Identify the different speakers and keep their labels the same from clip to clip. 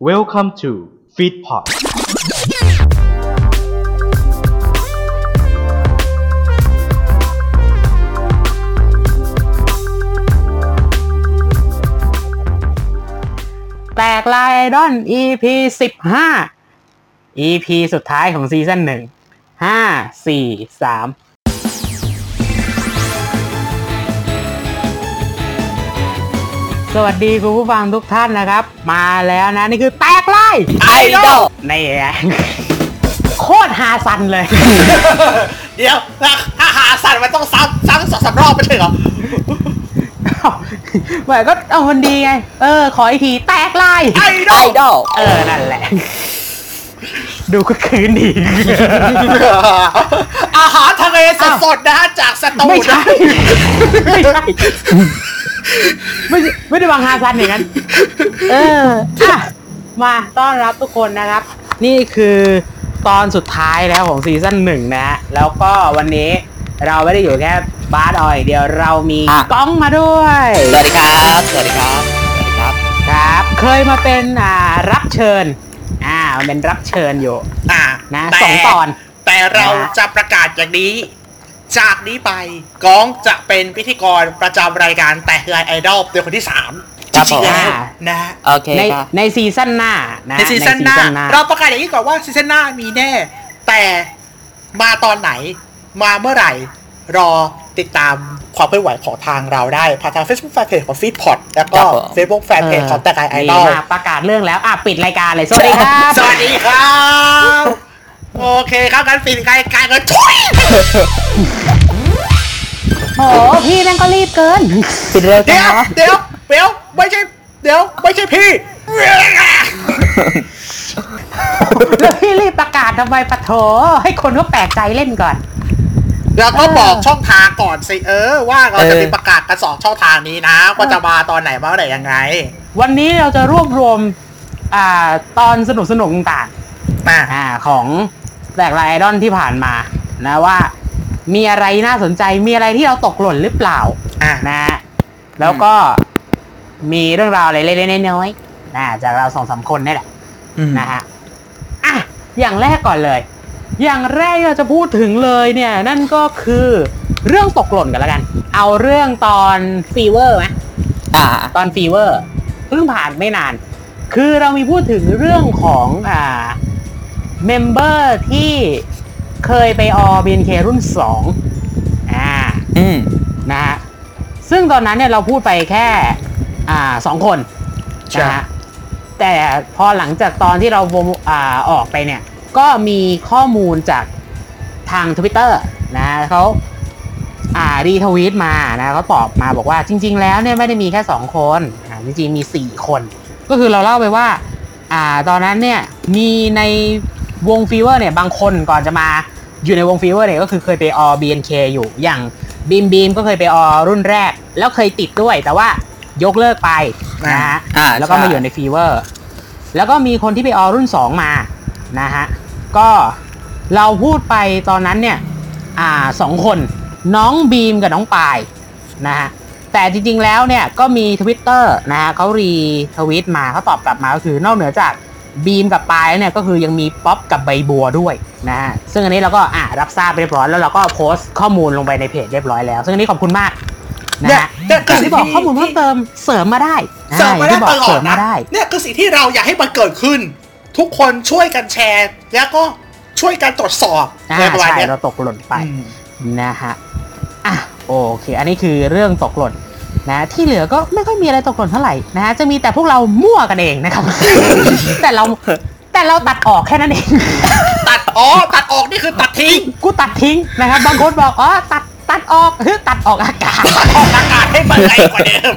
Speaker 1: Welcome to Feedpot
Speaker 2: แตกลายไอดอน EP สิบห้า EP สุดท้ายของซีซั่นหนึ่ง ห้า สี่ สาม สวัสดีคุณผู้ฟังทุกท่านนะครับ มาแล้วนะ นี่คือแตกลายไอดอลนี่แหละ โคตรฮาซันเลย
Speaker 3: เดี๋ยวถ้าถ้าหาสัตว์มันต้องซ้ำซ้ำสองสามรอบไม่ใช่เหรอ
Speaker 2: หมายก็เอาคนดีไง เออ ขออีกที แตกลาย
Speaker 3: ไอ้ด
Speaker 4: ไอ
Speaker 3: อ
Speaker 4: ดอล
Speaker 2: เอ อ นั่นแหละ ดูก็คืนดี
Speaker 3: อาหารทะเลสดๆนะฮะจากสตู
Speaker 2: ไม่ใช่
Speaker 3: นะ
Speaker 2: ไม่ใช่ ไม่ใช่ไม่ได้วางฮาซันอย่างนั้น เอออ่ะมาต้อนรับทุกคนนะครับ นี่คือตอนสุดท้ายแล้วของซีซั่นหนึ่งนะฮะ แล้วก็วันนี้เราไม่ได้อยู่แค่บาสออยอย่างเดียวเรามีก้องมาด้วย
Speaker 4: สวัสดีครับ สวัสดีครับ สวัสดีค
Speaker 2: ค
Speaker 4: รับ
Speaker 2: รับ เคยมาเป็นอ่ารับเชิญ อ่ามันเป็นรับเชิญอยู่
Speaker 3: อ่า
Speaker 2: นะ
Speaker 3: แ
Speaker 2: สองตอน
Speaker 3: แต่เรา
Speaker 2: นะฮะ
Speaker 3: จะประกาศอย่างนี้ จากนี้ไปกองจะเป็นพิธีกรประจำรายการแต่ไลไอดอลเป็นคนที่สามจ
Speaker 4: ครับ
Speaker 3: ริงๆ
Speaker 4: ผม
Speaker 3: แล้วนะฮะ
Speaker 4: โอเค
Speaker 2: ใน
Speaker 4: ครับ
Speaker 2: ในซีซั่นหน้านะ
Speaker 3: ในซีซั่นหน้า
Speaker 2: ซี
Speaker 3: เราประกาศอย่างนี้ก่อนว่าซีซั่นหน้ามีแน่ แต่มาตอนไหนมาเมื่อไหร่ รอติดตามความเคลื่อนไหวของทางเราได้ผ่านทาง Facebook Fanpage ของ Feedpot แล้วก็ Facebook Fanpage ของแต่ไลไอดอล
Speaker 2: ดีมากประกาศเรื่องแล้ว อ่ะ ปิดรายการเลย สวัสดีครับ
Speaker 3: สวัสดีครับ โอเคครับกันปิดรายการกันทุย
Speaker 2: โอ้พี่นั่นก็รีบเกิน
Speaker 4: ปิดเร็วจั
Speaker 3: เดี๋ย
Speaker 4: ง
Speaker 3: ว
Speaker 4: วะ
Speaker 3: เดี๋ยวเดี๋ยวไม่ใช่เดี๋ยวไม่ใช่พี่
Speaker 2: แล้วพี่รีบประกาศทำไมปะโถ ให้คนเขาแปลกใจเล่นก่อน
Speaker 3: เราก็บอกช่องทางก่อนสิเออ ว่าเราจะมีประกาศกันสองช่องทางนี้นะว่าจะมาตอนไหนมาเมื่อไหร่ยังไง
Speaker 2: วันนี้เราจะรวบรวม อ่า ตอนสนุกสนุกๆต่าง
Speaker 3: มา
Speaker 2: ๆอ่า ของแตกลายไอดอนที่ผ่านมา นะว่า มีอะไรน่าสนใจ มีอะไรที่เราตกหล่นหรือเปล่า
Speaker 3: อ่ะ
Speaker 2: นะฮะแล้วก็มีเรื่องราวอะไรเล็กๆน้อยๆนะจากเราสองสามคนนี่แหละนะฮะอ่ะอย่างแรกก่อนเลย อย่างแรกที่เราจะพูดถึงเลยเนี่ย นั่นก็คือเรื่องตกหล่นกันแล้วกัน เอาเรื่องตอนฟีเวอร์ไหม
Speaker 4: อ่า
Speaker 2: ตอนฟีเวอร์เพิ่งผ่านไม่นาน คือเรามีพูดถึงเรื่องของอ่าเมมเบอร์ที่เคยไปออ BNK รุ่นสองอ่า
Speaker 4: อืม
Speaker 2: นะฮะซึ่งตอนนั้นเนี่ยเราพูดไปแค่อ่าสองคนนะฮะแต่พอหลังจากตอนที่เราวงอ่าออกไปเนี่ย ก็มีข้อมูลจากทาง Twitter นะเขาอ่ารีทวีตมานะเขาตอบมาบอกว่าจริง ๆ แล้วเนี่ยไม่ได้มีแค่ 2 คนอ่าจริง ๆ มี 4 คน ก็คือเราเล่าไปว่าอ่าตอนนั้นเนี่ยมีในวงฟีเวอร์เนี่ยบางคนก่อนจะมาอยู่ในวงฟีเวอร์เนี่ยก็คือเคยไปออ BNK อยู่อย่างบีมบีมก็เคยไปออรุ่นแรก แล้วเคยติดด้วย แต่ว่ายกเลิกไปนะฮะ
Speaker 4: อ่า
Speaker 2: แล้วก็
Speaker 4: ใช่
Speaker 2: มาอยู่ในฟีเวอร์แล้วก็มีคนที่ไปออรุ่น 2 มานะฮะก็เราพูดไปตอนนั้นเนี่ยอ่าสองคนน้องบีมกับน้องปาย นะฮะแต่จริงๆ แล้วเนี่ยก็มี Twitter นะฮะเขารีทวิตมาเขาตอบกลับมาก็คือนอกเหนือจากบีมกับปายแล้วเนี่ยก็คือยังมีป๊อปกับใบบัวด้วยนะฮะซึ่งอันนี้เราก็อ่ะรับทราบไปเรียบร้อยแล้วเราก็โพสต์ข้อมูลลงไปในเพจเรียบร้อยแล้ว ซึ่งอันนี้ขอบคุณมากนะ
Speaker 3: เนี่ย
Speaker 2: ฮะ
Speaker 3: เนี่ย
Speaker 2: อย่างที่บอกข้อมูลเพิ่มเติมเสริมมาได้
Speaker 3: เสริมมา
Speaker 2: ย่ง
Speaker 3: ได้
Speaker 2: ที่บ
Speaker 3: ต
Speaker 2: ก
Speaker 3: ลอ
Speaker 2: เสริ
Speaker 3: ด
Speaker 2: ม
Speaker 3: นะ
Speaker 2: มาได้
Speaker 3: เนี่ยคือสิ่งที่เราอยากให้มันเกิดขึ้น ทุกคนช่วยกันแชร์ แล้วก็ช่วยกันตรวจสอบ
Speaker 2: อ่า
Speaker 3: อะไรประมาณ
Speaker 2: ใช่
Speaker 3: เนี้ย
Speaker 2: เราตกหล่นไป
Speaker 3: อืม
Speaker 2: นะฮะ อ่ะ โอเค อันนี้คือเรื่องตกหล่นนะ ที่เหลือก็ไม่ค่อยมีอะไรตกหล่นเท่าไหร่นะฮะ จะมีแต่พวกเรามั่วกันเองนะครับ แต่เราแต่เราตัดออกแค่นั้นเอง
Speaker 3: ตัดอ๋อตัดออกนี่คือตัดทิ้ง
Speaker 2: กูตัดทิ้งนะครับ บางคนบอก อ๋อ ตัด ตัดออกคือตัดออกอากาศ
Speaker 3: ตัดออกอากาศให้มันไกลกว่าเดิม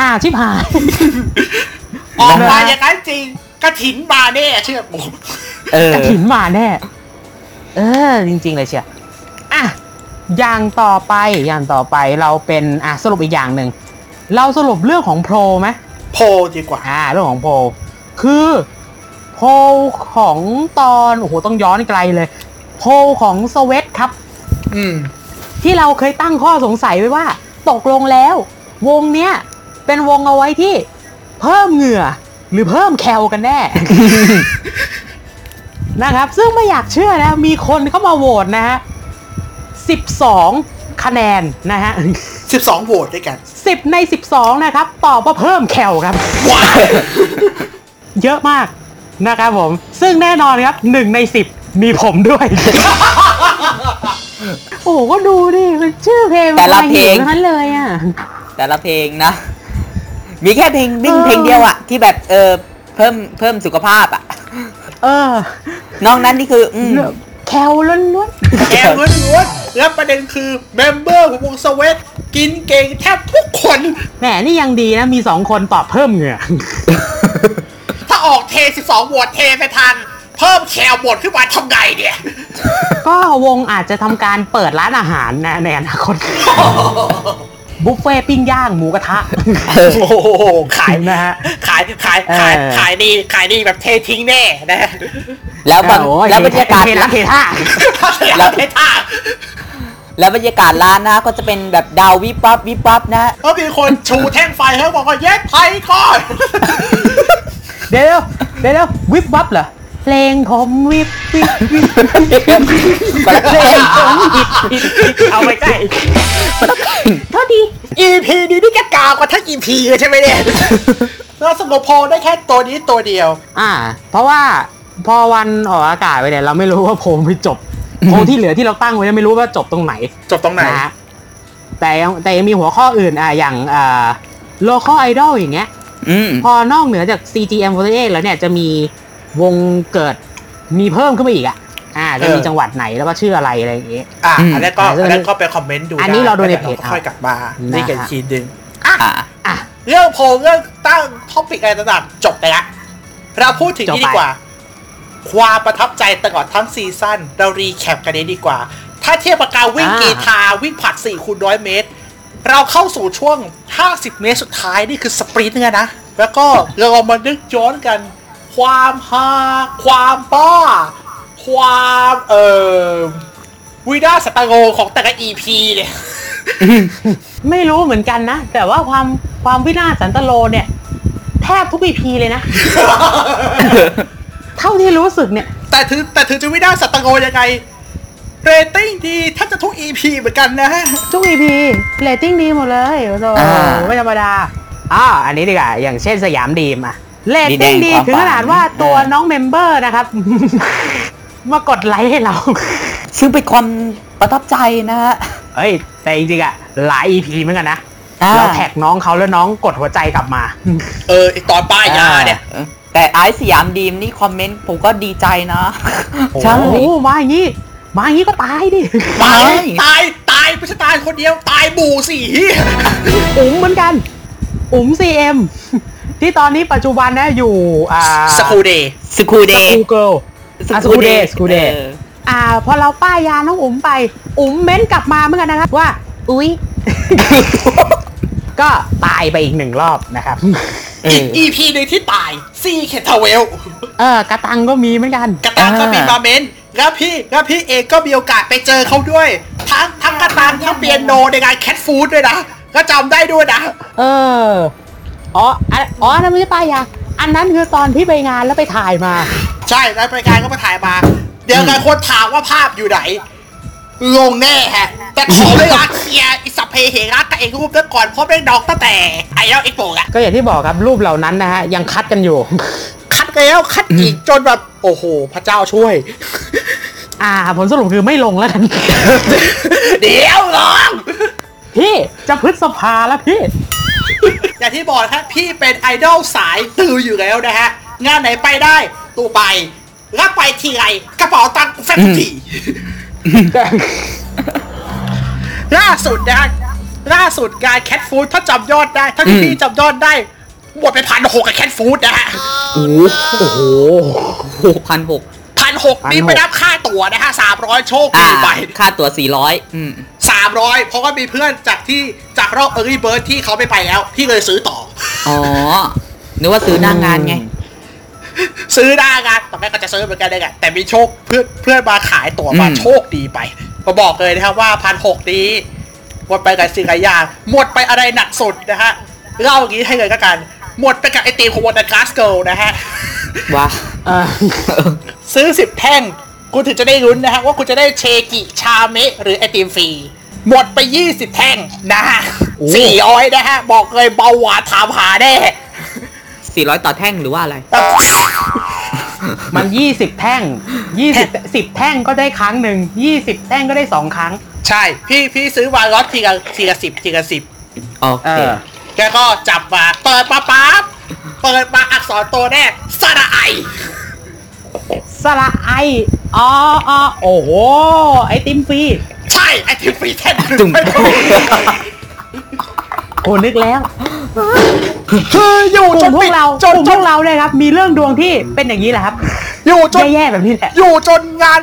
Speaker 2: อ่า ชิบหาย
Speaker 3: ออกมาอย่างนั้นจริงกระถินมาแน่เชื่อผม
Speaker 4: เออ
Speaker 2: กระถินมาแน่ เออ จริง ๆ เลยเชียวอ่ะ อย่างต่อไป อย่างต่อไปเราเป็น อ่ะ สรุปอีกอย่างหนึ่ง เราสรุปเรื่องของโพลไหม
Speaker 3: โพลดีกว่า
Speaker 2: อ่าเรื่องของโพลคือโพลของตอนโอ้โหต้องย้อนไกลเลย โพลของสเวตครับ
Speaker 3: อืม
Speaker 2: ที่เราเคยตั้งข้อสงสัยไว้ว่า ตกลงแล้ว วงเนี้ยเป็นวงเอาไว้ที่เพิ่มเหงื่อ หรือเพิ่มแคลกันแน่ นะครับ ซึ่งไม่อยากเชื่อนะ มีคนเข้ามาโหวตนะฮะ 12 คะแนนนะฮะ
Speaker 3: สิบสองโหวตด้วยกัน
Speaker 2: 10 ใน 12 นะครับ ตอบว่าเพิ่มแคลครับ
Speaker 3: ว้าว
Speaker 2: เยอะมากนะครับผม ซึ่งแน่นอนครับ 1 ใน 10 มีผมด้วย โอ้โหก็ดูดิมันชื่อเพลง
Speaker 4: แต่ละเพลง
Speaker 2: มันอยู่ทั้นั้นเลยอ่ะ
Speaker 4: แต่ละเพลงนะ มีแค่เพลงวิ่ง
Speaker 2: เออ
Speaker 4: เพลงเดียวอะที่แบบเออเพิ่มเพิ่มสุขภาพอะ
Speaker 2: เออน
Speaker 4: อกนั้นนี่คืออืม
Speaker 2: แคลล้วนๆ
Speaker 3: แกล้วนล้วนๆแล้วประเด็นคือเมมเบอร์ของวงสเวตกินเก่งแทบทุกคน
Speaker 2: แหมนี่ยังดีนะ มีสองคนตอบเพิ่มเหงื่อ
Speaker 3: ถ้าออกเท 12โหวตเทไปทัน เพิ่มแคลบทขึ้นมาทำไงเนี่ย
Speaker 2: ก็วงอาจจะทำการเปิดร้านอาหารนะในอนาคต บุฟเฟ่ต์ปิ้งย่างหมูกระทะ
Speaker 3: โอ้โห ขาย
Speaker 2: นะฮะ
Speaker 3: ขายขายขาย
Speaker 2: เออ
Speaker 3: ขายดีขายดีแบบเททิ้งแน่นะ
Speaker 4: แล้วบรร
Speaker 2: โอ้ย
Speaker 4: แล้วบรรยากาศ
Speaker 2: เทละเทท่า
Speaker 4: แล้
Speaker 3: แล้ว วเทท่า
Speaker 4: แล้วบรรยากาศร้านนะก็จะเป็นแบบดาววิบวับวิบวับนะ
Speaker 3: ก็มีคนชูแท่งไฟเขาบอกว่าแยกไทยก่อน
Speaker 2: เดี๋ยวเดี๋ยวเดี๋ยววิบวับเหรอ เพลงผมวิบวิบวิบเพลงผมอิดอิดอิดเอาไปใกล้เท่าดี
Speaker 3: EP นี้นี่แกกาวกว่าทั้ง EP เลยใช่ไหมเนี่ยเราสงบพอได้แค่ตัวนี้ตัวเดียว
Speaker 2: อ่า เพราะว่าพอวันออกอากาศไปเนี่ยเราไม่รู้ว่าโพลไปจบโพลที่เหลือที่เราตั้งไว้เนี่ยไม่รู้ว่าจบตรงไหน
Speaker 3: จบตรงไหน
Speaker 2: นะฮะแต่ยังแต่ยังมีหัวข้ออื่นอ่ะอย่างอ่า local idol อย่างเงี้ย
Speaker 4: อืม
Speaker 2: พอนอกเหนือจาก CGM48 แล้วเนี่ยจะมีวงเกิดมีเพิ่มขึ้นมาอีกอ่ะอ่าจะมี
Speaker 3: เออ
Speaker 2: จังหวัดไหนแล้วก็ชื่ออะไรอะไรอย่างเงี้ย
Speaker 3: อ่ะอันนั้นก็
Speaker 2: อืม
Speaker 3: อันนั้นก็ไปคอมเมนต์ดู
Speaker 2: อัน
Speaker 3: ได้
Speaker 2: นี้เราดูใน
Speaker 3: แล้ว
Speaker 2: เพจ
Speaker 3: ก็ค่อย
Speaker 2: เอา
Speaker 3: กลับมา
Speaker 2: นะ
Speaker 3: นี่กันอีกทีหนึง
Speaker 4: อ่ะ
Speaker 2: อ่ะ
Speaker 3: เรื่องโพลเรื่องตั้งท็อปิกอะไรต่างๆจบไปละเราพูดถึง
Speaker 2: จบ
Speaker 3: นี่
Speaker 2: ไป
Speaker 3: ดีกว่า ความประทับใจตลอดทั้งซีซั่นเรารีแคปกันนี้ดีกว่า ถ้าเทียบกับการวิ่งกีทาวิ่งผลัด4คูณร้อยเมตร เราเข้าสู่ช่วง 50 เมตรสุดท้ายนี่คือสปรินต์เนี่ยนะ แล้วก็เรามานึกย้อนกัน ความฮาความบ้า ความเอ่อวิดาสตาโกของแต่ละ EP เนี่ย
Speaker 2: ไม่รู้เหมือนกันนะ แต่ว่าความความวินาศสันตโลเนี่ย แทบทุก EP เลยนะ เท่าที่รู้สึกเนี่ย
Speaker 3: แต่ถึงแต่ถึงจะไม่ได้สัตว์ตะโกยังไง เรตติ้งดีแทบจะทุก EP เหมือนกันนะฮะ
Speaker 2: ทุก EP เรตติ้งดีหมดเลยโอ้โห
Speaker 4: อ่า
Speaker 2: ไม่ธรรมดาอ่าอันนี้ดีกว่า อย่างเช่นสยามดีมอะเรต
Speaker 4: ดีแด
Speaker 2: ติ้ง
Speaker 4: ง
Speaker 2: ดี
Speaker 4: ความ
Speaker 2: ถึงขนาดว่า
Speaker 4: ฝัน
Speaker 2: ตัวน้องเมมเบอร์นะครับ มากดไลค์ให้เรา
Speaker 4: ซึ่งเป็นความประทับใจนะฮะ
Speaker 2: เฮ้ย แต่จริงๆอะหลาย EP เหมือนกันนะ
Speaker 4: อ่า
Speaker 2: เราแท็กน้องเขาแล้วน้องกดหัวใจกลับมา
Speaker 3: เออไอตอนป้ายยาเนี่ย
Speaker 4: ออแต่ไอซ์สยามดีมนี่คอมเมนต์ผมก็ดีใจนะ ใช่
Speaker 2: โอ้โหมาอย่างนี้ มาอย่างนี้ก็ตายดิ
Speaker 3: ตาย
Speaker 4: ตาย
Speaker 3: ตาย ตายไม่ใช่ตายคนเดียว ตายบูสี่
Speaker 2: อุ๋มเหมือนกัน อุ๋ม CM ที่ตอนนี้ปัจจุบันนะอยู่อ่า
Speaker 3: สกูเดย์
Speaker 4: สกูเดย์
Speaker 2: กูเกิล อ่ะ School Day School Day
Speaker 4: ออ
Speaker 2: อ่าพอเราป้ายยาน้องอุ๋มไป อุ๋มเม้นกลับมาเหมือนกันนะครับว่า อุ๊ย ก็ตายไปอีกหนึ่งรอบนะครับ
Speaker 4: เอ
Speaker 3: อีก
Speaker 4: อ
Speaker 3: EP หนึ่งที่ตายซีเคทเวล
Speaker 2: เออกระตังก็มีเหมือนกัน
Speaker 3: กระตังก็
Speaker 4: อ่ามี
Speaker 3: มีมาเมนต์แล้วพี่แล้วพี่เองก็มีโอกาสไปเจอเขาด้วย ทั้งทั้งกระตังทั้งเปียโนในงานแคทฟู้ดด้วยนะ ก็จำได้ด้วยนะ
Speaker 2: เออ อ๋ออันอ๋ออันนั้นไม่ใช่ป้ายยา อันนั้นคือตอนพี่ไปงานแล้วไปถ่ายมา
Speaker 3: ใช่แล้วรายการก็มาถ่ายมา เดี๋ยวการคนถามว่าภาพอยู่ไหน ลงแน่ฮะ แต่ขอเวลาเคลียร์อิสพเพเหรักกับเองรูปนั้นก่อนเพราะแม่งดอกตั้งแต่ไอเล่าเอ็กโปะอะ
Speaker 2: ก็อย่างที่บอกครับรูปเหล่านั้นนะฮะ ยังคัดกันอยู่
Speaker 3: คัดแล้วคัดอีกจนแบบ โอ้โห พระเจ้าช่วย
Speaker 2: อ่า ผลสรุปคือไม่ลงแล้วกัน
Speaker 3: เดี๋ยวลอง
Speaker 2: พี่จะพฤษภาแล้วพี่
Speaker 3: อย่างที่บอกนะครับพี่เป็นไอดอลสายตืออยู่แล้วนะฮะ งานไหนไปได้ตูไปแล้วไปทีไรกระเป๋าตังค์แฟบทุกที ล่าสุดนะฮะล่าสุดงานแคทฟู้ดถ้าจำยอดได้ ถ้า
Speaker 4: อืม
Speaker 3: พี่จำยอดได้หมดไปพันหกกับแคทฟู้ดนะฮะ
Speaker 4: โอ้โหหกพันหก
Speaker 3: พันหกนี่ไม่นับค่าตั๋วนะฮะสามร้อยโชค
Speaker 4: อ่า
Speaker 3: ดีไป
Speaker 4: ค่าตั๋วสี่ร้อยอืม
Speaker 3: สามร้อยเพราะว่ามีเพื่อนจากที่จากรอบเอ r ร์ y ี่เบิร์ดที่เขาไม่ไปแล้ว พี่เลยซื้อต่ อ
Speaker 4: อ๋อ นึกว่าซื้อหน้างานไง
Speaker 3: ซื้อได้กันตอนแรกก็จะซื้อเหมือนกันเลยอะแต่มีโชคเพื่อนเพื่อนมาขายตั๋วมา
Speaker 4: อืม
Speaker 3: โชคดีไปมาบอกเลยนะครับว่าพันหกนี้หมดไปกับสิ่งหลายอย่างหมดไปอะไรหนักสุดนะฮะเล่าอย่างนี้ให้เลยก็กัน หมดไปกับไอติมของวอ t เตอร์ก s สเกิลนะฮะ
Speaker 4: ว้า
Speaker 2: เออ
Speaker 3: ซื้อ 10 แท่ง คุณถึงจะได้ลุ้นนะฮะ ว่าคุณจะได้เชกิชาเมะหรือไอติมฟรี หมดไป 20 แท่งนะฮะ
Speaker 4: โอ้
Speaker 3: สี่ร้อยนะฮะ บอกเลยเบาหวานถามหาแน่
Speaker 4: สี่ร้อยต่อแท่งหรือว่าอะไร
Speaker 2: มันยี่สิบแท่งยี่สิบสิบแท่งก็ได้ครั้งหนึ่งยี่สิบแท่งก็ได้สองครั้ง
Speaker 3: ใช่ พี่พี่ซื้อวาลอตทีละทีละสิบทีละสิบ
Speaker 4: โอ
Speaker 2: เอ
Speaker 4: เค
Speaker 2: อ
Speaker 3: แกก็จับมาเปิดมาปั๊บเปิดมาอักษรตัวแรกสระไอ
Speaker 2: สละไออ๋ออ๋อโอ้โห ไอติมฟรี
Speaker 3: ใช่ ไอติมฟรีแท่งหนึ่
Speaker 4: จุ่ม
Speaker 3: ไม่ต้อง
Speaker 2: โอ้นึกแล้ว
Speaker 3: คืออยู่
Speaker 2: ก
Speaker 3: จ
Speaker 2: ลุ่
Speaker 3: น
Speaker 2: มพว
Speaker 3: ปิด
Speaker 2: กเรา
Speaker 3: จ
Speaker 2: ก
Speaker 3: น
Speaker 2: ลุ่มพ
Speaker 3: จน
Speaker 2: วกเราเนี่ยครับ มีเรื่องดวงที่เป็นอย่างนี้แหละครับ
Speaker 3: อยู่จน
Speaker 2: แย่ๆแบบนี้แหละ
Speaker 3: อยู่จนงาน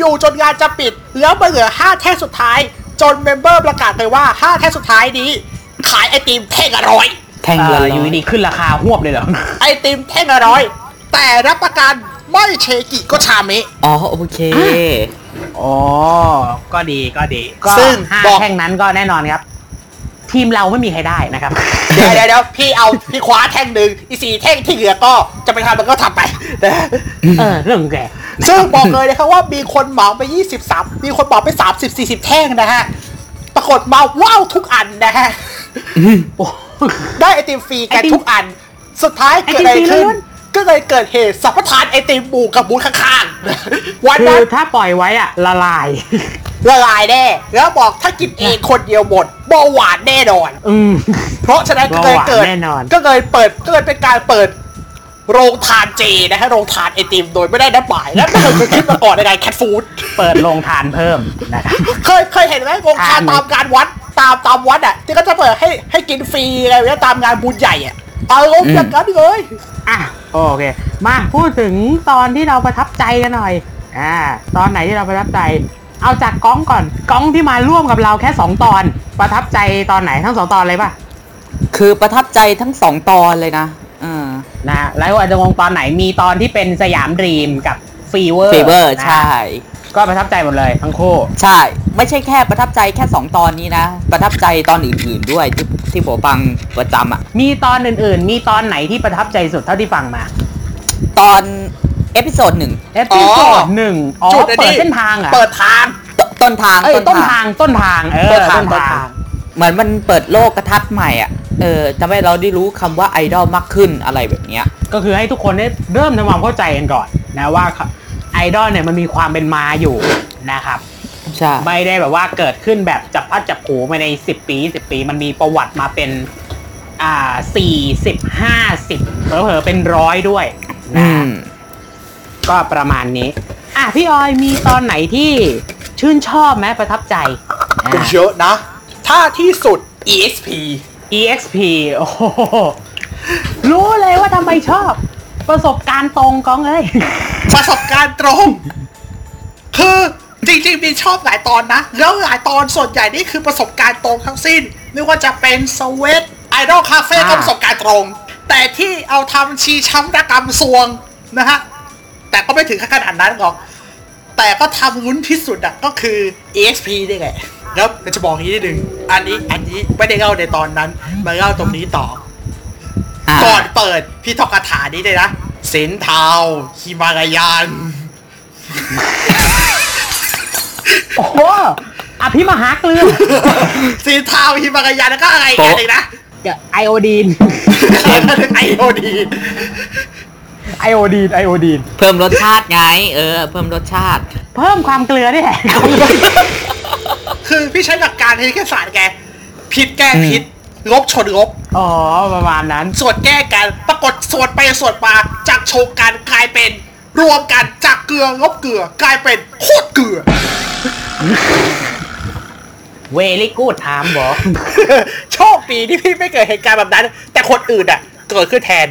Speaker 3: อยู่จนงานจะปิด แล้วมาเหลือ 5 แท่งสุดท้าย จนเมมเบอร์ประกาศไปว่า 5 แท่งสุดท้ายนี้ ขายไอติมแท่งละร้อย
Speaker 4: แท่งละ
Speaker 2: เอ
Speaker 4: ร้
Speaker 2: อ
Speaker 4: อย
Speaker 2: อยู่ดีๆขึ้นราคาหวบเลยเหรอ
Speaker 3: ไอติมแท่งละร้อยแต่รับประกันไม่เชกิก็ชาเมะ
Speaker 4: อ๋อโอเค
Speaker 2: อ่ อ๋อ ก็ดีก็ดี ก็
Speaker 3: ซึ่ง
Speaker 2: ห้า
Speaker 3: บอก
Speaker 2: แท่งนั้นก็แน่นอนครับ ทีมเราไม่มีใครได้นะครับ
Speaker 3: เดี๋ยวเดี๋ยวเดี๋ยวพี่เอาพี่คว้าแท่งหนึ่งอีสี่แท่งที่เหลือก็จะไปทำมันก็ทำไปนะ
Speaker 2: เออ เรื่องของแก
Speaker 3: ซึ่งบอกเลยนะครับว่ามีคนเหมาไป 20สามมีคนเหมาไป 30 40 แท่งนะฮะปรากฏมาว้าวทุกอันนะฮะ
Speaker 2: โอ้
Speaker 3: ได้ไอติมฟรีกัน
Speaker 2: ไอติม
Speaker 3: ทุกอัน สุดท้ายเกิดอะไร
Speaker 2: ไอติมฟรี
Speaker 3: ขึ้น
Speaker 2: ล้วน
Speaker 3: ก็เลยเกิดเหตุสัมปทานไอติมบูกับบูธข้างๆ วัน
Speaker 2: คื
Speaker 3: นั้
Speaker 2: อน ถ้าปล่อยไว้อะละลาย
Speaker 3: ละลายแน่ แล้วบอกถ้ากินเองคนเดียวหมดเบาหวานแน่นอน
Speaker 2: อืม
Speaker 3: เพราะฉะนั้นก็เลยเกิด
Speaker 2: เบาหวานแน่นอน
Speaker 3: ก็เลยเปิดก็เลยเป็นการเปิด โรงทานเจนะฮะโรงทานไอติมโดยไม่ได้นัดหมายและไม่เคยเกิดขึ้นมาก่อนในการแคทฟู้ด
Speaker 2: เปิดโรงทานเพิ่มนะครับ
Speaker 3: เคยเคยเห็นไหมโรงทาน
Speaker 2: อ่า
Speaker 3: ตามการวัดตามตามวัดอ่ะที่ก็จะเปิดให้ให้กินฟรีอะไรอย่างเงี้ยตามงานบุญใหญ่อ่ะเอาลงอย่างนั้นเลย
Speaker 2: อ่ะโอเค มาพูดถึงตอนที่เราประทับใจกันหน่อย อ่า ตอนไหนที่เราประทับใจ เอาจากก้องก่อนก้องที่มาร่วมกับเราแค่สองตอน ประทับใจตอนไหนทั้งสองตอนเลยป่ะ
Speaker 4: คือประทับใจทั้งสองตอนเลยนะเออ
Speaker 2: นะแล้วอาจจะงงตอนไหนมีตอนที่เป็นสยามดรีมกับฟีเวอร์
Speaker 4: เฟเวอร์
Speaker 2: นะ
Speaker 4: ใช่
Speaker 2: ก็ประทับใจหมดเลยทั้งคู่
Speaker 4: ใช่ ไม่ใช่แค่ประทับใจแค่ 2 ตอนนี้นะ ประทับใจตอนอื่นๆด้วยที่ที่ผมฟังประจำอะ
Speaker 2: มีตอนอื่นๆ มีตอนไหนที่ประทับใจสุดเท่าที่ฟังมา
Speaker 4: ตอนเอพิโซดหนึ่ง
Speaker 2: เอพิโซดหนึ่งอ๋อ
Speaker 3: จุดไอ้
Speaker 2: เปิด
Speaker 3: นี่
Speaker 2: เส้นทางเหรอ่ะ
Speaker 3: เปิดทาง
Speaker 4: ตต้นทาง
Speaker 2: เอ้ยต้นทางต้นทางเออ
Speaker 4: ต้นทาง
Speaker 2: ต้น
Speaker 4: ต้น
Speaker 2: ทา
Speaker 4: ทาง ง เหมือนมันเปิดโลกกระทัดใหม่อะเออทำให้เราได้รู้คำว่าไอดอลมากขึ้นอะไรแบบเนี้ย
Speaker 2: ก็คือให้ทุกคนได้เริ่มทำความเข้าใจกันก่อนนะว่าไอดอลเนี่ยมันมีความเป็นมาอยู่นะครับ
Speaker 4: ใช่
Speaker 2: ไม่ได้แบบว่าเกิดขึ้นแบบจับพลัดจับผลูมาใน 10 ปี 10 ปี มันมีประวัติมาเป็นอ่าสี่สิบห้าสิบเผลอๆเป็นร้อยด้วย
Speaker 4: อื
Speaker 2: นะ
Speaker 4: ม
Speaker 2: ก็ประมาณนี้ อ่ะพี่ออยมีตอนไหนที่ชื่นชอบไหมประทับใจอ่ะ
Speaker 3: เยอะนะ ถ้าที่สุด EXP
Speaker 2: EXP โอ้โหรู้เลยว่าทำไมชอบ ประสบการณ์ตรงก้องเอ้ย
Speaker 3: ประสบการณ์ตรง คือจริงๆมีชอบหลายตอนนะ แล้วหลายตอนส่วนใหญ่นี่คือประสบการณ์ตรงทั้งสิ้น ไม่ว่าจะเป็นสเวตไอดอลคาเฟ่
Speaker 2: อ่า
Speaker 3: ก็ประสบการณ์ตรง แต่ที่เอาทำชีช้ำระกำซวงนะฮะ แต่ก็ไม่ถึงขั้นขนาดนั้นหรอก แต่ก็ทำลุ้นที่สุดอะก็คือ EXP นี่แหละแล้วจะบอกอย่างนี้นิดนึง อันนี้อันนี้ไม่ได้เล่าในตอนนั้น มาเล่าตรงนี้ต่อ
Speaker 4: อ่า
Speaker 3: ก่อนเปิดพี่ทอกคาถานี้เลยนะเซนเทาวฮิมารายาน
Speaker 2: โอ้โหอภิมหาเกลือ
Speaker 3: สีเทาฮิมากายาแล้วก็อะไรอีกอันหนึ่ง นะ
Speaker 2: ไอโอดีน
Speaker 3: ไอโอดี
Speaker 2: ไอโอดีน ไอโอดีน
Speaker 4: เพิ่มรสชาติไง เออ เพิ่มรสชาติ
Speaker 2: เพิ่มความเกลือนี่แหละ
Speaker 3: คือพี่ใช้หลักการที่แค่ศาสตร์แก ผิดแก้ผิดลบชนลบ
Speaker 2: อ๋อ ประมาณนั้น
Speaker 3: สวดแก้กัน ปรากฏสวดไปสวดมาจากโชว์กันกลายเป็นรวมกันจากเกลือลบเกลือกลายเป็นโคตรเกลือ
Speaker 2: เวลิกูดถามบอก
Speaker 3: โชคดีที่พี่ไม่เกิดเหตุการณ์แบบนั้น แต่คนอื่นอ่ะ เกิดขึ้นแทน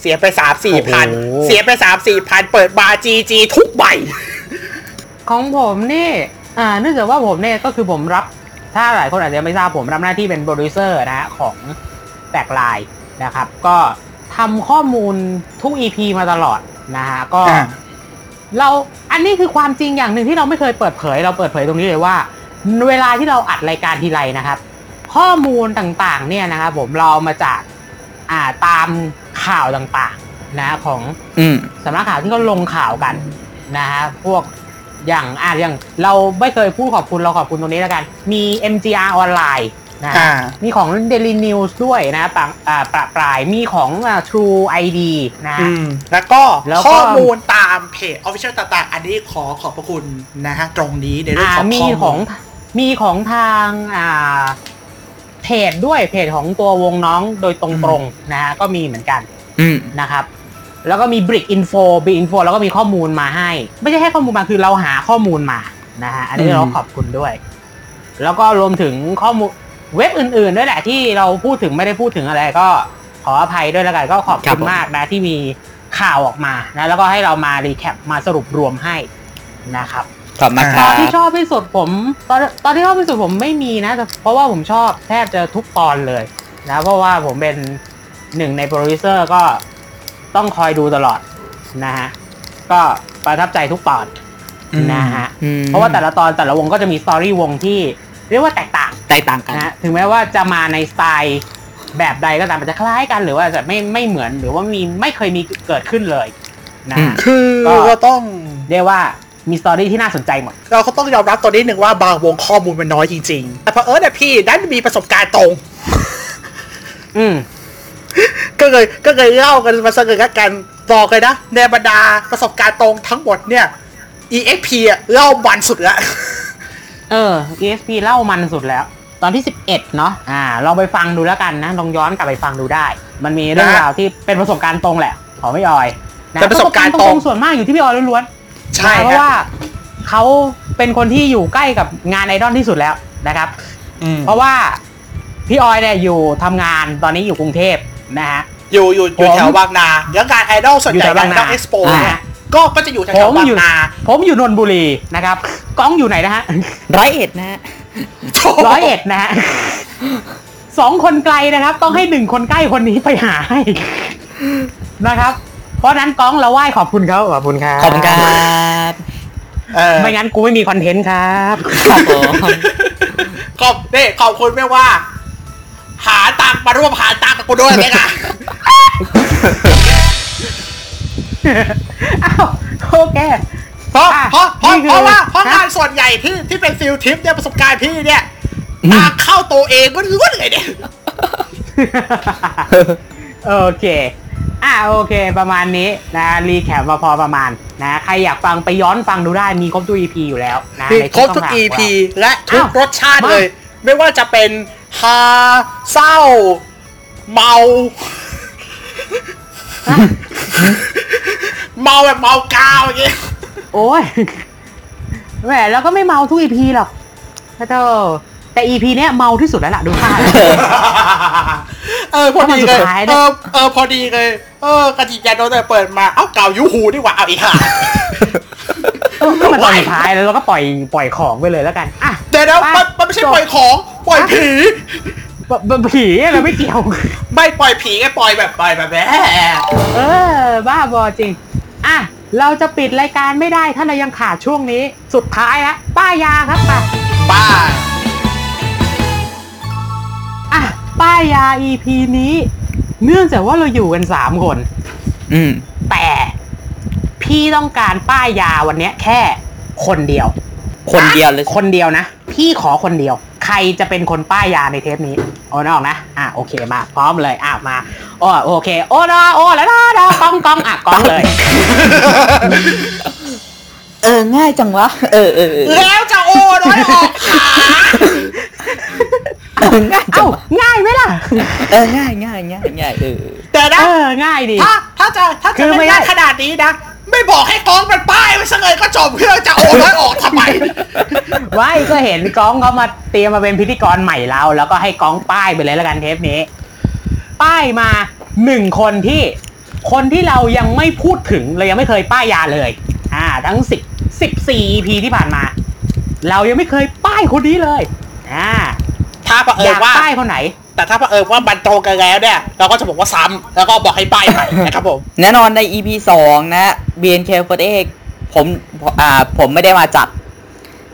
Speaker 3: เสียไปสามสี่พัน
Speaker 2: โอ้โห
Speaker 3: เสียไปสามสี่พันเปิดบาร์จีจีทุกใบ
Speaker 2: ของผมนี่ อ่าเนื่องจากว่าผมเนี่ยก็คือผมรับ ถ้าหลายคนอาจจะไม่ทราบผมรับหน้าที่เป็นโปรดิวเซอร์นะฮะของแบกไลน์นะครับ ก็ทำข้อมูลทุก EP มาตลอดนะฮะ ก็
Speaker 3: อ่า
Speaker 2: เราอันนี้คือความจริงอย่างหนึ่งที่เราไม่เคยเปิดเผย เราเปิดเผยตรงนี้เลยว่า เวลาที่เราอัดรายการทีไรนะครับ ข้อมูลต่างๆ เนี่ยนะครับผมเราเอามาจาก อ่าตามข่าวต่างๆนะของ
Speaker 4: อืม
Speaker 2: สำนักข่าวที่เขาลงข่าวกันนะฮะพวกอย่างอ่าอย่างเราไม่เคยพูดขอบคุณเราขอบคุณตรงนี้แล้วกัน มี MGR ออนไลน์นะฮะ
Speaker 3: อ่า
Speaker 2: มีของ Daily News ด้วยนะปะอ่าประปรายมีของอ่า True ID นะ
Speaker 3: อืม แล้วก็
Speaker 2: แล้วก็
Speaker 3: ข้อมูลตามเพจออฟฟิเชียลต่างๆ อันนี้ขอขอบพระคุณนะฮะ ตรงนี้ในเรื่องของ
Speaker 2: อ่ามี
Speaker 3: ข้อ
Speaker 2: ข
Speaker 3: มู
Speaker 2: อง
Speaker 3: ล
Speaker 2: มีของทางอ่าเพจด้วยเพจของตัววงน้องโดยตรงๆนะฮะก็มีเหมือนกัน
Speaker 4: อืม
Speaker 2: นะครับ แล้วก็มี Brick Info Brick Info แล้วก็มีข้อมูลมาให้ ไม่ใช่ให้ข้อมูลมาคือเราหาข้อมูลมานะฮะอันนี้
Speaker 4: อืม
Speaker 2: เราขอบคุณด้วย แล้วก็รวมถึงข้อมูลเว็บอื่นๆด้วยแหละที่เราพูดถึงไม่ได้พูดถึงอะไรก็ขออภัยด้วยแล้วกันก็ขอบ
Speaker 4: ครั
Speaker 2: คุ
Speaker 4: บ
Speaker 2: ณ
Speaker 4: ผม
Speaker 2: มากนะที่มีข่าวออกมานะแล้วก็ให้เรามารีแคปมาสรุปรวมให้นะครับ
Speaker 4: ขอบมากค
Speaker 2: ต
Speaker 4: รั
Speaker 2: อบ นที่ชอบที่สุดผมตอนตอนที่ชอบที่สุดผมไม่มีนะแต่เพราะว่าผมชอบแทบจะทุกตอนเลยนะเพราะว่าผมเป็นหนึ่งในโปรดิวเซอร์ก็ต้องคอยดูตลอดนะฮะก็ประทับใจทุกตอน
Speaker 3: อืม
Speaker 2: นะฮะ
Speaker 4: อืม
Speaker 2: เพราะว่าแต่ละตอนแต่ละวงก็จะมีสตอรี่วงที่เรียกว่าแตกต่าง
Speaker 4: แตกต่างกัน
Speaker 2: นะฮะถึงแม้ว่าจะมาในสไตล์แบบใดก็ตามมันจะคล้ายกันหรือว่าจะไม่ไม่เหมือนหรือว่ามีไม่เคยมีเกิดขึ้นเลยนะ
Speaker 4: อืม
Speaker 2: ฮะ
Speaker 3: คือ
Speaker 2: ก็
Speaker 3: เราต้อง
Speaker 2: เรียกว่ามีสตอรี่ที่น่าสนใจหมด
Speaker 3: เราก็ต้องยอมรับตัวนี้หนึ่งว่าบางวงข้อมูลมันน้อยจริงๆ แต่เพอเอิร์เนี่ยพี่ดันมีประสบการณ์ตรง
Speaker 2: อืม
Speaker 3: ก็เลยก็เลยเล่ากันมาเสนอกันบอกเลยนะในบรรดาประสบการณ์ตรงทั้งหมดเนี่ย EXP อะเล่าบันสุดละ
Speaker 2: เออ ESP เล่ามันสุดแล้ว ตอนที่ 11 เนาะอ่าลองไปฟังดูแล้วกันนะลองย้อนกลับไปฟังดูได้ มันมีเรื่อง
Speaker 3: นะ
Speaker 2: ราวที่เป็นประสบการณ์ตรงแหละของพี่ออย
Speaker 3: แต่ประสบการณ์ตรง
Speaker 2: ส่วนมากอยู่ที่พี่ออยล้วนๆ
Speaker 3: ใช่
Speaker 2: นะเพราะ
Speaker 3: ครับ
Speaker 2: ว่าเขาเป็นคนที่อยู่ใกล้กับงานไอดอลที่สุดแล้วนะครับ
Speaker 3: อืม
Speaker 2: เพราะว่าพี่ออยเนี่ยอยู่ทำงานตอนนี้อยู่กรุงเทพนะฮะ
Speaker 3: อยู่อยู่อยู่
Speaker 2: ผม
Speaker 3: แถวบางนาแล้วงานไอดอลส่วน
Speaker 2: อยู่
Speaker 3: ใหญ่
Speaker 2: แถว
Speaker 3: งา
Speaker 2: บาน ง
Speaker 3: ไอ
Speaker 2: นา
Speaker 3: ดอลเอ็กซ์โป
Speaker 2: อ่า
Speaker 3: ก็ก็จะอยู่แถ
Speaker 2: ผ
Speaker 3: ว
Speaker 2: ม
Speaker 3: ๆบาง
Speaker 2: อยู่
Speaker 3: นา
Speaker 2: ผมอยู่นนทบุรีนะครับก้องอยู่ไหนนะฮะ
Speaker 4: ร้อยเอ็ดนะฮะ
Speaker 2: ร้อยเอ็ดนะฮะสองคนไกลนะครับ ต้องให้หนึ่งคนใกล้คนนี้ไปหาให้ นะครับ เพราะฉะนั้นก้องเราไหว้ขอบคุณเขาขอบคุณครับ
Speaker 4: ขอบคุณครับ
Speaker 3: เออ
Speaker 2: ไม่งั้นกูไม่มีคอนเทนต์ครับ
Speaker 4: ครับผม
Speaker 3: ขอบเด้ขอบคุณไม่ว่า หาตังค์มาร่วมหาตังค์กับกูด้วยเนี่ยค่ะ
Speaker 2: อ้าวโอเค
Speaker 3: เพราะ
Speaker 2: อ่ะ
Speaker 3: เพราะเพราะ
Speaker 2: นี่คือ
Speaker 3: เพราะว่าเพราะ
Speaker 2: ฮะ
Speaker 3: งานส่วนใหญ่ที่ที่เป็นฟิลทริปเนี่ยประสบการณ์พี่เนี่ยตามเข้าตัวเองก็รู้วนๆเลยเนี่ย
Speaker 2: โอเค อ่ะโอเค ประมาณนี้นะรีแคปมาพอประมาณนะใครอยากฟังไปย้อนฟังดูได้มีครบทุก EP อยู่แล้วนะ
Speaker 3: มี
Speaker 2: ใน
Speaker 3: ครบทุ
Speaker 2: ช่
Speaker 3: ก
Speaker 2: องทางข
Speaker 3: EP
Speaker 2: องเรา
Speaker 3: และทุก
Speaker 2: อ้าว
Speaker 3: รสชาติ
Speaker 2: มา
Speaker 3: เลย ไม่ว่าจะเป็นฮาเศร้า เมา เมาแบบเมากาวอย่างเงี้ย
Speaker 2: โอ้ยแหมแล้วก็ไม่เมาทุก EP หรอกพระเจ้าแต่ EP เนี้ยเมาที่สุดแล้วล่ะดูท่าแล้ว
Speaker 3: เออพอดีเลย
Speaker 2: แล้วมันสุดท้ายเนี่ย
Speaker 3: เออเออพอดีเลยเออกระจิกยาโดนแต่เปิดมาเอ้าเก่ายูฮูดีกว่าเอาอีกค่ะ
Speaker 2: เออก็มาตอนสุดท้ายแล้วเราก็ปล่อยปล่อยของไปเลยแล้วกันอ่ะ
Speaker 3: เดี๋ยวนะ
Speaker 2: ไป
Speaker 3: มันมันไม่ใช่
Speaker 2: จบ
Speaker 3: ปล่อยของปล่อยผี
Speaker 2: บบบผีอะไรไม่เกี่ยว
Speaker 3: ไม่ปล่อยผีไงปล่อยแบบปล่อยแบบแหม
Speaker 2: เออ บ้าบอจริง อ่ะ เราจะปิดรายการไม่ได้ถ้าเรายังขาดช่วงนี้ สุดท้ายละป้ายาครับไป
Speaker 3: บ้า
Speaker 2: อ่ะ ป้ายา EP นี้ เนื่องจากว่าเราอยู่กันสามคน
Speaker 4: อืม
Speaker 2: แต่พี่ต้องการป้ายาวันเนี้ยแค่คนเดียว
Speaker 4: คนเดียวเลย
Speaker 2: คนเดียวนะ พี่ขอคนเดียว ใครจะเป็นคนป้ายยาในเทปนี้ โอนออกนะ อ่ะโอเคมา พร้อมเลยอ่ะมาโอ้โอเค โอนอโอแล้วนะนะกล้องกล้องอ่ะกล้องเลย
Speaker 4: เออ ง่ายจังวะ เออเออเออ
Speaker 3: แล้วจะโอ้น้อยออกขา
Speaker 4: เออง่ายจั
Speaker 2: เอ้าง
Speaker 4: วะ
Speaker 2: ง่ายไหมล่ะ
Speaker 4: เออ ง่ายง่ายง่ายง่ายเออเออ
Speaker 3: เดี๋ยวนะ
Speaker 2: เออ ง่ายดี
Speaker 3: ถ้าถ้าจะถ้า
Speaker 2: คื
Speaker 3: จะ
Speaker 2: อไม่
Speaker 3: ไม่
Speaker 2: ได้
Speaker 3: ได้ขนาดนี้นะ ไม่บอกให้กองมันป้ายไว้ซะเลยก็จบเพื่อจะโอ้น้อยออกทำไม
Speaker 2: ไว้ก็เห็นกล้องเขามาเตรียมมาเป็นพิธีกรใหม่เรา แล้วก็ให้กล้องป้ายไปเลยแล้วกันเทปนี้ ป้ายมาหนึ่งคนที่คนที่เรายังไม่พูดถึงเรายังไม่เคยป้ายยาเลย อ่า ทั้งสิบสิบสี่ EP ที่ผ่านมา เรายังไม่เคยป้ายคนนี้เลยอ่า
Speaker 3: ถ้าเผอิ
Speaker 2: อ
Speaker 3: ญ
Speaker 2: ยาก
Speaker 3: ว่า
Speaker 2: ป้ายคนไหน
Speaker 3: แต่ถ้าเผอิญว่ามันตรงกันแล้วเนี่ย เราก็จะบอกว่าซ้ำแล้วก็บอกให้ป้ายใหม่นะครับผม
Speaker 4: แน่นอนใน EP 2 นะ BNK48 ผมอ่าผมไม่ได้มาจัด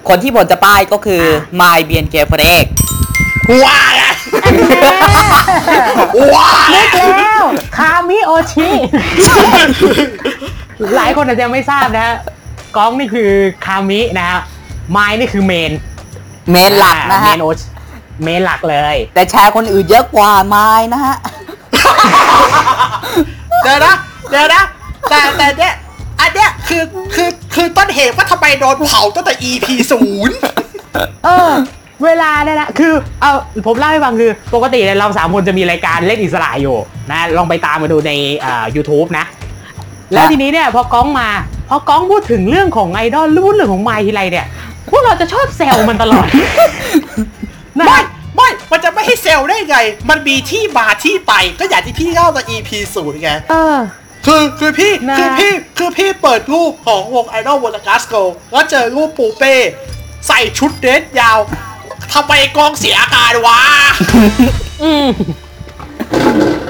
Speaker 4: คนที่ผมจะป้ายก็คือ
Speaker 2: อ่ะ
Speaker 4: My BNK48
Speaker 3: ว้าไง ว้าว
Speaker 2: นึกแล้วคามิโอชิหลายคนอาจจะไม่ทราบนะฮะก้องนี่คือคามินะฮะไม้นี่คือเมน
Speaker 4: เมนหลักนะ
Speaker 2: เม
Speaker 4: ฮะ
Speaker 2: นโอชเมนหลักเลย
Speaker 4: แต่แชร์คนอื่นเยอะกว่าไม้นะฮะ
Speaker 3: เดี๋ยวนะเดี๋ยวนะแต่แต่เนี้ยอันเนี้ยคือคือคือต้นเหตุว่าทำไมโดนเผาตั้งแต่ EP ศูนย์
Speaker 2: เออ เวลาเนี่ยนะคือเอาผมเล่าให้ฟังคือ ปกติเนี่ยเราสามคนจะมีรายการเล่นอิสระอยู่นะลองไปตามมาดูในอ่า YouTube นะ แล้วทีนี้เนี่ยพอก้องมาพอก้องพูดถึงเรื่องของไอดอลหรือพูดเรื่องของไมค์ทีไรเนี่ย พวกเราจะชอบแซวมันตล อด นะ
Speaker 3: ไม่ไม่มันจะไม่ให้เซลล์ได้ไง มันมีที่มาที่ไปก็อย่างที่พี่เล่าตอน EP ศูนย์ไง
Speaker 2: เออ
Speaker 3: คือคือพี่
Speaker 2: นะ
Speaker 3: คือพี่คือพี่เปิดรูปของวงไอดอลวงกัสโกแล้วเจอรูปปูเป้ ใส่ชุดเดรสยาวทำไมกองเสียอาการวะ
Speaker 2: อืม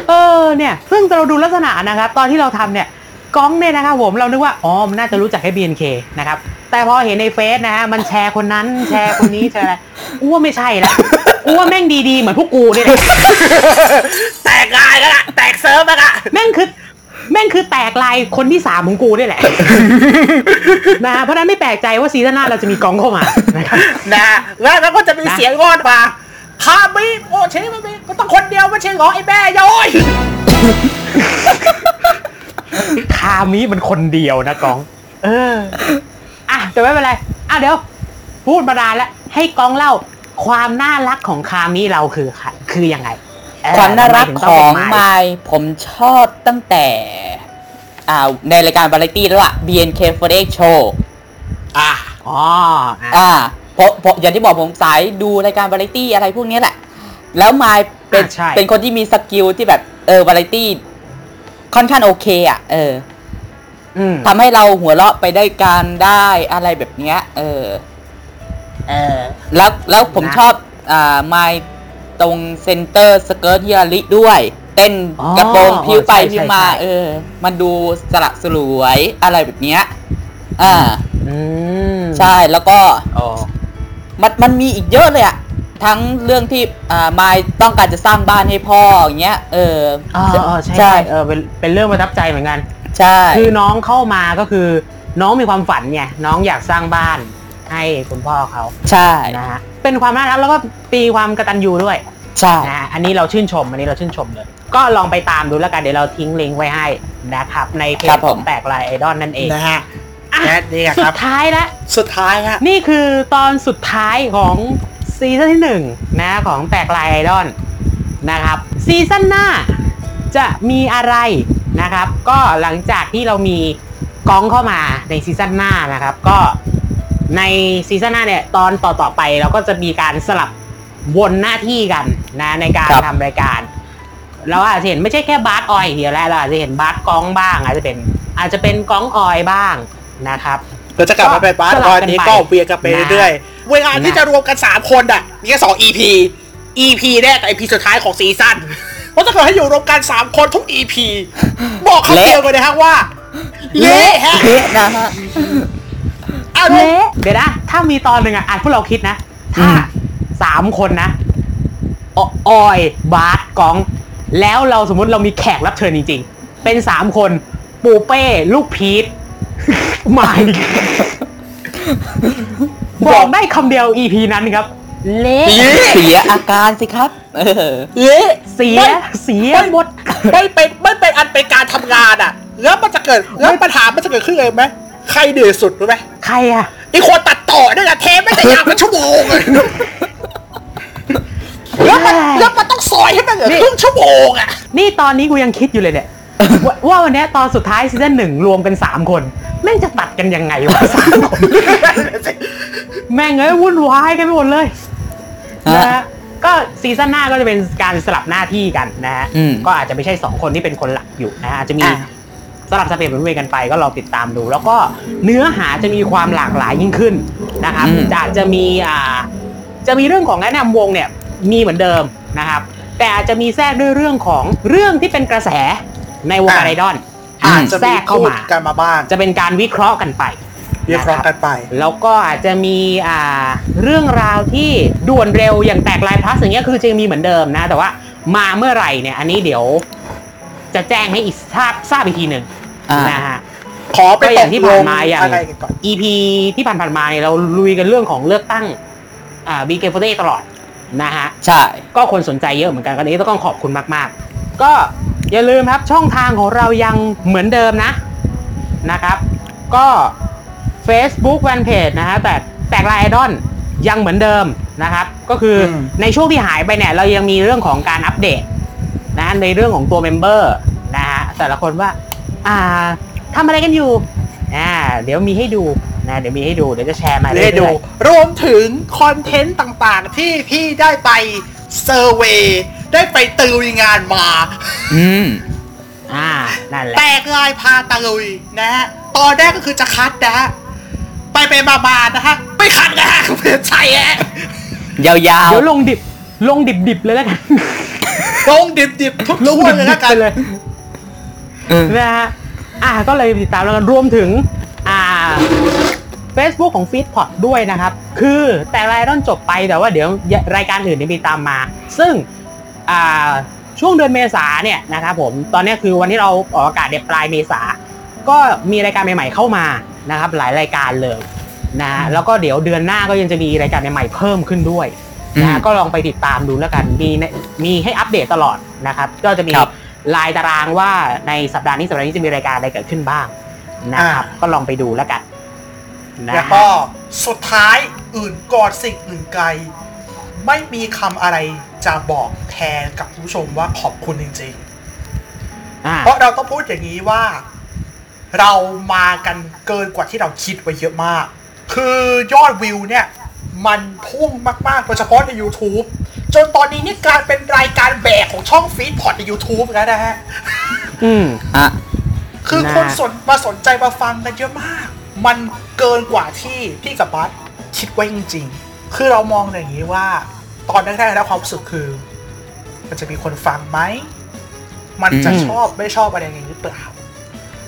Speaker 2: เออเนี่ย ซึ่งเราดูลักษณะนะครับ ตอนที่เราทำเนี่ยก้องเนี่ยนะครับผมเรานึกว่าอ๋อมันน่าจะรู้จักแค่ BNK นะครับ แต่พอเห็นในเฟซนะฮะมันแชร์คนนั้นแชร์คนนี้แชร์อะไรอ้วาไม่ใช่ละอ้วาแม่งดีๆ เหมือนพวกกูเนี่ยแหละ
Speaker 3: แตกงานแล้วล่ะ แตกเซิร์ฟแล้วล่ะ
Speaker 2: แม่งคือแม่งคือแตกลายคนที่สามของกูเนี่ยแหละนะฮะเพราะฉะนั้นไม่แปลกใจว่าซีซั่นหน้าเราจะมีก้องเข้ามานะครับ
Speaker 3: นะ แล้วแล้วก็จะมี
Speaker 2: นะ
Speaker 3: เสียงงอนมาข้ามีโอ้เชนมันมีก็ต้องคนเดียวไม่ใช่เหรอไอ้แม่ย้อย
Speaker 2: คามิมันคนเดียวนะก้อง เออ อ่ะแต่ไม่เป็นไร อ่ะเดี๋ยว พูดมานานแล้ว ให้ก้องเล่าความน่ารักของคามิเราคือค่ะคือยังไงเออ
Speaker 4: ความน่ารัก
Speaker 2: ทำไมถึ
Speaker 4: ข
Speaker 2: ต้
Speaker 4: อง
Speaker 2: เป็น
Speaker 4: ไมค์ผมชอบตั้งแต่อ่าในรายการบาไรตี้แล้วอะ BNK48 Show
Speaker 3: อ่ะ
Speaker 2: อ๋ออ่ะ
Speaker 4: อ่าเพราะเพราะอย่างที่บอกผมสายดูรายการบาไรตี้อะไรพวกเนี้ยแหละ แล้วไมค์เป็น
Speaker 2: อ่ะใช่
Speaker 4: เป็นคนที่มีสกิลที่แบบเออบาไรตี้ค่อนข้างโอเคอะเออ
Speaker 2: อืม
Speaker 4: ทำให้เราหัวเราะไปได้การได้อะไรแบบเนี้ยเออ
Speaker 2: เออ
Speaker 4: แล้วแล้วผม
Speaker 2: นะ
Speaker 4: ชอบอ่าไมล์ตรงเซนเตอร์สเกิร์ตฮิลาริด้วย เต้น
Speaker 2: อ๋อก
Speaker 4: ระโปรงพิ้วไป
Speaker 2: ใช่ใช่
Speaker 4: พิ้วมา
Speaker 2: ใช่
Speaker 4: เออ มันดูสละสลวยอะไรแบบเนี้ยอ่า
Speaker 2: อืม
Speaker 4: ใช่แล้วก็
Speaker 2: อ๋อ
Speaker 4: มันมันมีอีกเยอะเลยอะทั้งเรื่องที่อ่าไมล์ต้องการจะสร้างบ้านให้พ่ออย่างเงี้ยเออ
Speaker 2: อ๋ออ๋อใช่
Speaker 4: ใช่
Speaker 2: ใช่เออเป็นเป็นเรื่องประทับใจเหมือนกัน
Speaker 4: ใช่
Speaker 2: คือน้องเข้ามาก็คือ น้องมีความฝันไงน้องอยากสร้างบ้านให้คุณพ่อเขา
Speaker 4: ใช่
Speaker 2: นะฮะเป็นความน่ารักแล้วก็ตีความกระตันยูด้วย
Speaker 4: ใช่
Speaker 2: นะอันนี้เราชื่นชม อันนี้เราชื่นชมเลย ก็ลองไปตามดูแล้วกัน เดี๋ยวเราทิ้งลิงก์ไว้ให้นะครับ ในเพจของแตกลายไอดอลนั่นเอง
Speaker 3: นะฮะ
Speaker 2: อ่ะ
Speaker 3: และนี่
Speaker 2: สุ
Speaker 3: ครับ
Speaker 2: ดท้ายละ
Speaker 3: สุดท้ายฮะ
Speaker 2: นี่คือตอนสุดท้ายของซีซั่นที่หนึ่งนะของแตกลายไอดอลนะครับซีซั่นหน้าจะมีอะไรนะครับ ก็หลังจากที่เรามีกองเข้ามาในซีซั่นหน้านะครับ ก็ในซีซั่นหน้าเนี่ยตอนต่อๆไปเราก็จะมีการสลับวนหน้าที่กันนะในการ
Speaker 4: ครับ
Speaker 2: ทำรายการ เราอาจจะเห็นไม่ใช่แค่บาร์สออยอย่างเดียวแล้วเราอาจจะเห็นบาร์สกองบ้าง อาจจะเป็นอาจจะเป็นกองออยบ้างนะครับ
Speaker 3: เราจะกลับมาเป็นบ้าน
Speaker 2: ก็ส
Speaker 3: ต
Speaker 2: ลั
Speaker 3: อบ น
Speaker 2: กันไป
Speaker 3: นี้ก็เวียนกันไปเรื่อยๆ เวลาที่
Speaker 2: นะ
Speaker 3: จะรวมกัน 3 คนอ่ะมีแค่สอง EP EP แรกกับ EP สุดท้ายของซีซั่นเพราะถ้าเกิดให้อยู่รวมกัน 3 คนทุก EP บอกคำเดียวกันเลยฮะว่าเละฮะ
Speaker 4: เละนะฮะ
Speaker 3: อารมณ์
Speaker 2: เดี๋ยวนะ ถ้ามีตอนหนึ่งอ่ะอาจพวกเราคิดนะ
Speaker 4: อื
Speaker 2: ถ้าม สามคนนะอออยบาร์สกอง แล้วเราสมมติเรามีแขกรับเชิญจริง ๆ เป็นสามคน ปูเป้ ลูกพีท ไมค์ บอกได้คำเดียว EP นั้นครับ เละ
Speaker 4: เสียอาการสิครับ เออ
Speaker 3: เละ
Speaker 2: เสียเสียหมด
Speaker 3: ไม่เป็นไม่เป็นอันเป็นการทำงานอ่ะ แล้วมันจะเกิดแล้วปัญหามันจะเกิดขึ้นเลยไหมใครเดือดสุดรู้ไหม
Speaker 2: ใครอ่ะ
Speaker 3: ไอีคนตัดต่อนี่แหละเทปไม่แต่ยาวเป็นชั่วโมง เลยแล้วมันแล้วมันต้องซอยให้มันเหลือครึ่งชั่วโมง อ่ะ
Speaker 2: นี่ตอนนี้กูยังคิดอยู่เลย เนี่ย ว่าว่าวันเนี้ยตอนสุดท้ายซีซั่นหนึ่งรวมกัน 3 คน แม่งจะตัดกันยังไงวะสามคน แม่งเอ้ยวุ่นวายกันไปหมดเลยนะฮะก็ซีซั่นหน้าก็จะเป็นการสลับหน้าที่กันนะฮะ
Speaker 4: อืม
Speaker 2: ก็อาจจะไม่ใช่ 2 คนที่เป็นคนหลักอยู่นะฮะอาจจะมี
Speaker 3: อ่ะ
Speaker 2: สลับสเปลี่ยนเป็นเวรกันไปก็ลองติดตามดู แล้วก็เนื้อหาจะมีความหลากหลายยิ่งขึ้นนะครับ
Speaker 4: อืม
Speaker 2: จะอาจจะมีอ่าจะมีเรื่องของแนะนำวงเนี่ยมีเหมือนเดิมนะครับ แต่อาจจะมีแทรกด้วยเรื่องของเรื่องที่เป็นกระแสในวงการไอดอล
Speaker 3: อาจจะ
Speaker 2: แทร
Speaker 3: มี
Speaker 2: กเข้า
Speaker 3: พูด
Speaker 2: มา
Speaker 3: กันมาบ้าง
Speaker 2: จะเป็นการวิเคราะห์กันไป
Speaker 3: เรียกร้อง
Speaker 2: นะค
Speaker 3: กับ นไป
Speaker 2: แล้วก็อาจจะมีอ่าเรื่องราวที่ด่วนเร็วอย่างแตกลายพลัสอย่างเงี้ยคือจะยังมีเหมือนเดิมนะ แต่ว่ามาเมื่อไหร่เนี่ย อันนี้เดี๋ยวจะแจ้งให้อีกทราบทราบอีกทีหนึ่ง
Speaker 4: อ่าน
Speaker 2: นะฮะ
Speaker 3: ขอไป
Speaker 2: ก็อ
Speaker 3: ต
Speaker 2: ย่าง
Speaker 3: ก
Speaker 2: ที่
Speaker 3: ล
Speaker 2: ผ่าน
Speaker 3: ง
Speaker 2: มาอย่าง
Speaker 3: อะไรกันก่อน
Speaker 2: EP ที่ผ่านๆมาเนี่ยเราลุยกันเรื่องของเลือกตั้งอ่าบีเกฟเตตลอดนะฮะ
Speaker 4: ใช่
Speaker 2: ก็คนสนใจเยอะเหมือนกันก็อันนี้ต้องขอบคุณมากๆ ก็อย่าลืมครับช่องทางของเรายังเหมือนเดิมนะนะครับ ก็ Facebook Fan Page นะฮะแต่แตกลายไอดอลยังเหมือนเดิมนะครับ ก็คืออ
Speaker 3: ม
Speaker 2: ในช่วงที่หายไปเนี่ยเรายังมีเรื่องของการอัปเดตนะในเรื่องของตัวเมมเบอร์นะฮะแต่ละคนว่า อ่าทำอะไรกันอยู่อ่าเดี๋ยวมีให้ดูนะเดี๋ยวมีให้ดูเดี๋ยวจะแชร์มา
Speaker 3: เรื่
Speaker 2: เรื่
Speaker 3: อ
Speaker 2: อย ยๆ
Speaker 3: ๆดูรวมถึงคอนเทนต์ต่างๆ ที่พี่ได้ไปเซอร์เวยได้ไปติวงานมา
Speaker 4: อืม
Speaker 2: อ่านั่นแหละ
Speaker 3: แตกลายพาตะลุยนะฮะ ตอนแรกก็คือจะคัดนะฮะ ไปไปมามานะฮะ ไม่คัดนะฮะเพื่อนใช่ฮะ
Speaker 4: ยาว
Speaker 2: เดี๋ยวลงดิบลงดิบดิบๆเลยแล้วกัน
Speaker 3: ลงดิบดิบๆทุกทั่วนเลยละกัน
Speaker 2: เลย
Speaker 4: ๆเออ
Speaker 2: นะฮะอ่ะก็เลยติดตามแล้วกันรวมถึงอ่า Facebook ของ f e e d p o t ด้วยนะครับ คือแต่รายร่อนจบไปแต่ว่าเดี๋ยวรายการอื่นจะมีตามมา ซึ่งอ่าช่วงเดือนเมษาเนี่ยนะครับผมตอนนี้คือวันที่เราออกอากาศเดือนปลายเมษา ก็มีรายการใหม่ๆเข้ามานะครับ หลายรายการเลยนะฮะแล้วก็เดี๋ยวเดือนหน้าก็ยังจะมีรายการใหม่ๆเพิ่มขึ้นด้วย นะฮะก็ลองไปติดตามดูแล้วกัน มีในมีให้อัปเดตตลอดนะครับ ก็จะมี
Speaker 4: ครับ
Speaker 2: ลายตารางว่าในสัปดาห์นี้สัปดาห์นี้จะมีรายการอะไรเกิดขึ้นบ้างนะครับ ก็ลองไปดูแล้วกันนะ
Speaker 3: แล้วก็สุดท้ายอื่นก่อนสิ่งอื่นไกล ไม่มีคำอะไรจะบอกแทนกับคุณผู้ชมว่าขอบคุณจริง
Speaker 2: อ่า
Speaker 3: ๆ เพราะเราต้องพูดอย่างนี้ว่า เรามากันเกินกว่าที่เราคิดไว้เยอะมาก คือยอดวิวเนี่ย มันพุ่งมากๆโดยเฉพาะใน YouTube จนตอนนี้นี่กลารเป็นรายการแบกของช่องฟีดพอดใน YouTube แล้วนะฮะ
Speaker 2: อืม
Speaker 4: อ่ะ
Speaker 3: คือ
Speaker 2: นะ
Speaker 3: คนสนมาสนใจมาฟังกันเยอะมาก มันเกินกว่าที่พี่กับบัสคิดไว้จริงๆ คือเรามองอย่างนี้ว่า ตอนแรกๆแล้วความรู้สึกคือ มันจะมีคนฟังไหม มันจะ
Speaker 4: อืม
Speaker 3: ชอบไม่ชอบอะไรอย่างนี้หรือเปล่า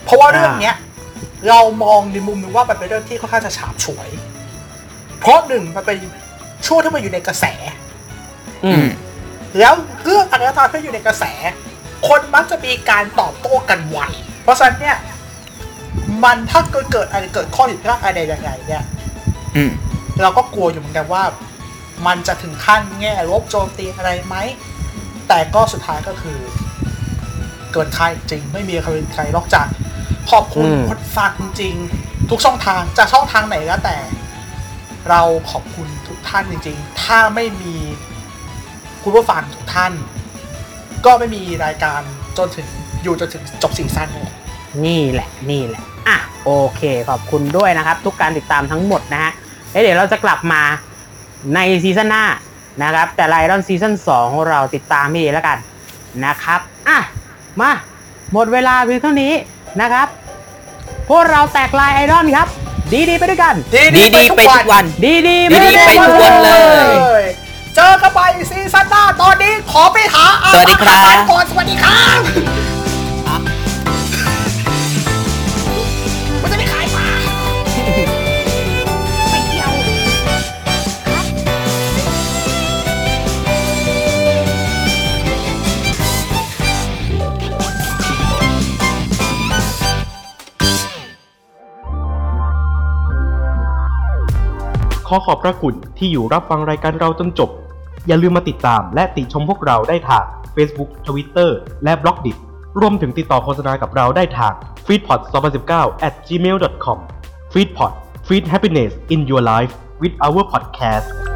Speaker 3: เพราะว่าเรื่องเนี้ย เรามองในมุมหนึงว่ามันเป็นเรื่องที่ค่อนข้างจะฉาบฉวย เพราะหนึ่งมันเป็นช่วงที่มันอยู่ในกระแส
Speaker 2: อื
Speaker 4: อื
Speaker 2: ม
Speaker 4: ม
Speaker 3: แล้วเรื่องอะไรก็ตามที่อยู่ในกระแส คนมักจะมีการตอบโต้กันไวเพราะฉะนั้นเนี่ย มันถ้าเกิดเกิดอะไรเกิดข้อผิดพลาดอะไรยังไงเนี่ย
Speaker 4: อืม
Speaker 3: เราก็กลัวอยู่เหมือนกันว่า มันจะถึงขั้นแง่ลบโจมตีอะไรไหม แต่ก็สุดท้ายก็คือ เกินคาดจริง ไม่มีใครเป็นใครนอกจาก ขอบคุณคนฟังจริง ทุกช่องทางจะช่องทางไหนก็แต่ เราขอบคุณทุกท่านจริง ๆ ถ้าไม่มีคุณผู้ฟังทุกท่าน ก็ไม่มีรายการจนถึงอยู่จนถึงจบซีซั่นเลย
Speaker 2: นี่แหละนี่แหละอ่ะโอเค ขอบคุณด้วยนะครับ ทุกการติดตามทั้งหมดนะฮะแล้วเดี๋ยวเราจะกลับมาในซีซั่นหน้านะครับ แต่รายร่อนซีซั่น2ของเราติดตามให้ดีแล้วกันนะครับอ่ะมาหมดเวลาเพียงเท่านี้นะครับ พวกเราแตกลายไอรอนครับ ดีๆไปด้วยกัน
Speaker 4: ดีดีๆไปทุกวัน
Speaker 2: ดีๆ
Speaker 4: ดีๆไปทุกวันเลย
Speaker 3: ย เจอกันไปซีซั่นหน้าตอนนี้ขอไปหาอา
Speaker 4: สวัสดีครับ
Speaker 3: อาหาก่อนสวัสดีครับมันจะไม่ขายปลาไม่เกี่ยว
Speaker 1: ขอขอบพระคุณที่อยู่รับฟังรายการเราจนจบ อย่าลืมมาติดตามและติชมพวกเราได้ทาง Facebook Twitter และ b ล็อกดิรวมถึงติดต่อโฆษณากับเราได้ทาง f e e d p o t 2019 at gmail.com f e e d p o t Feed Happiness in Your Life with our podcast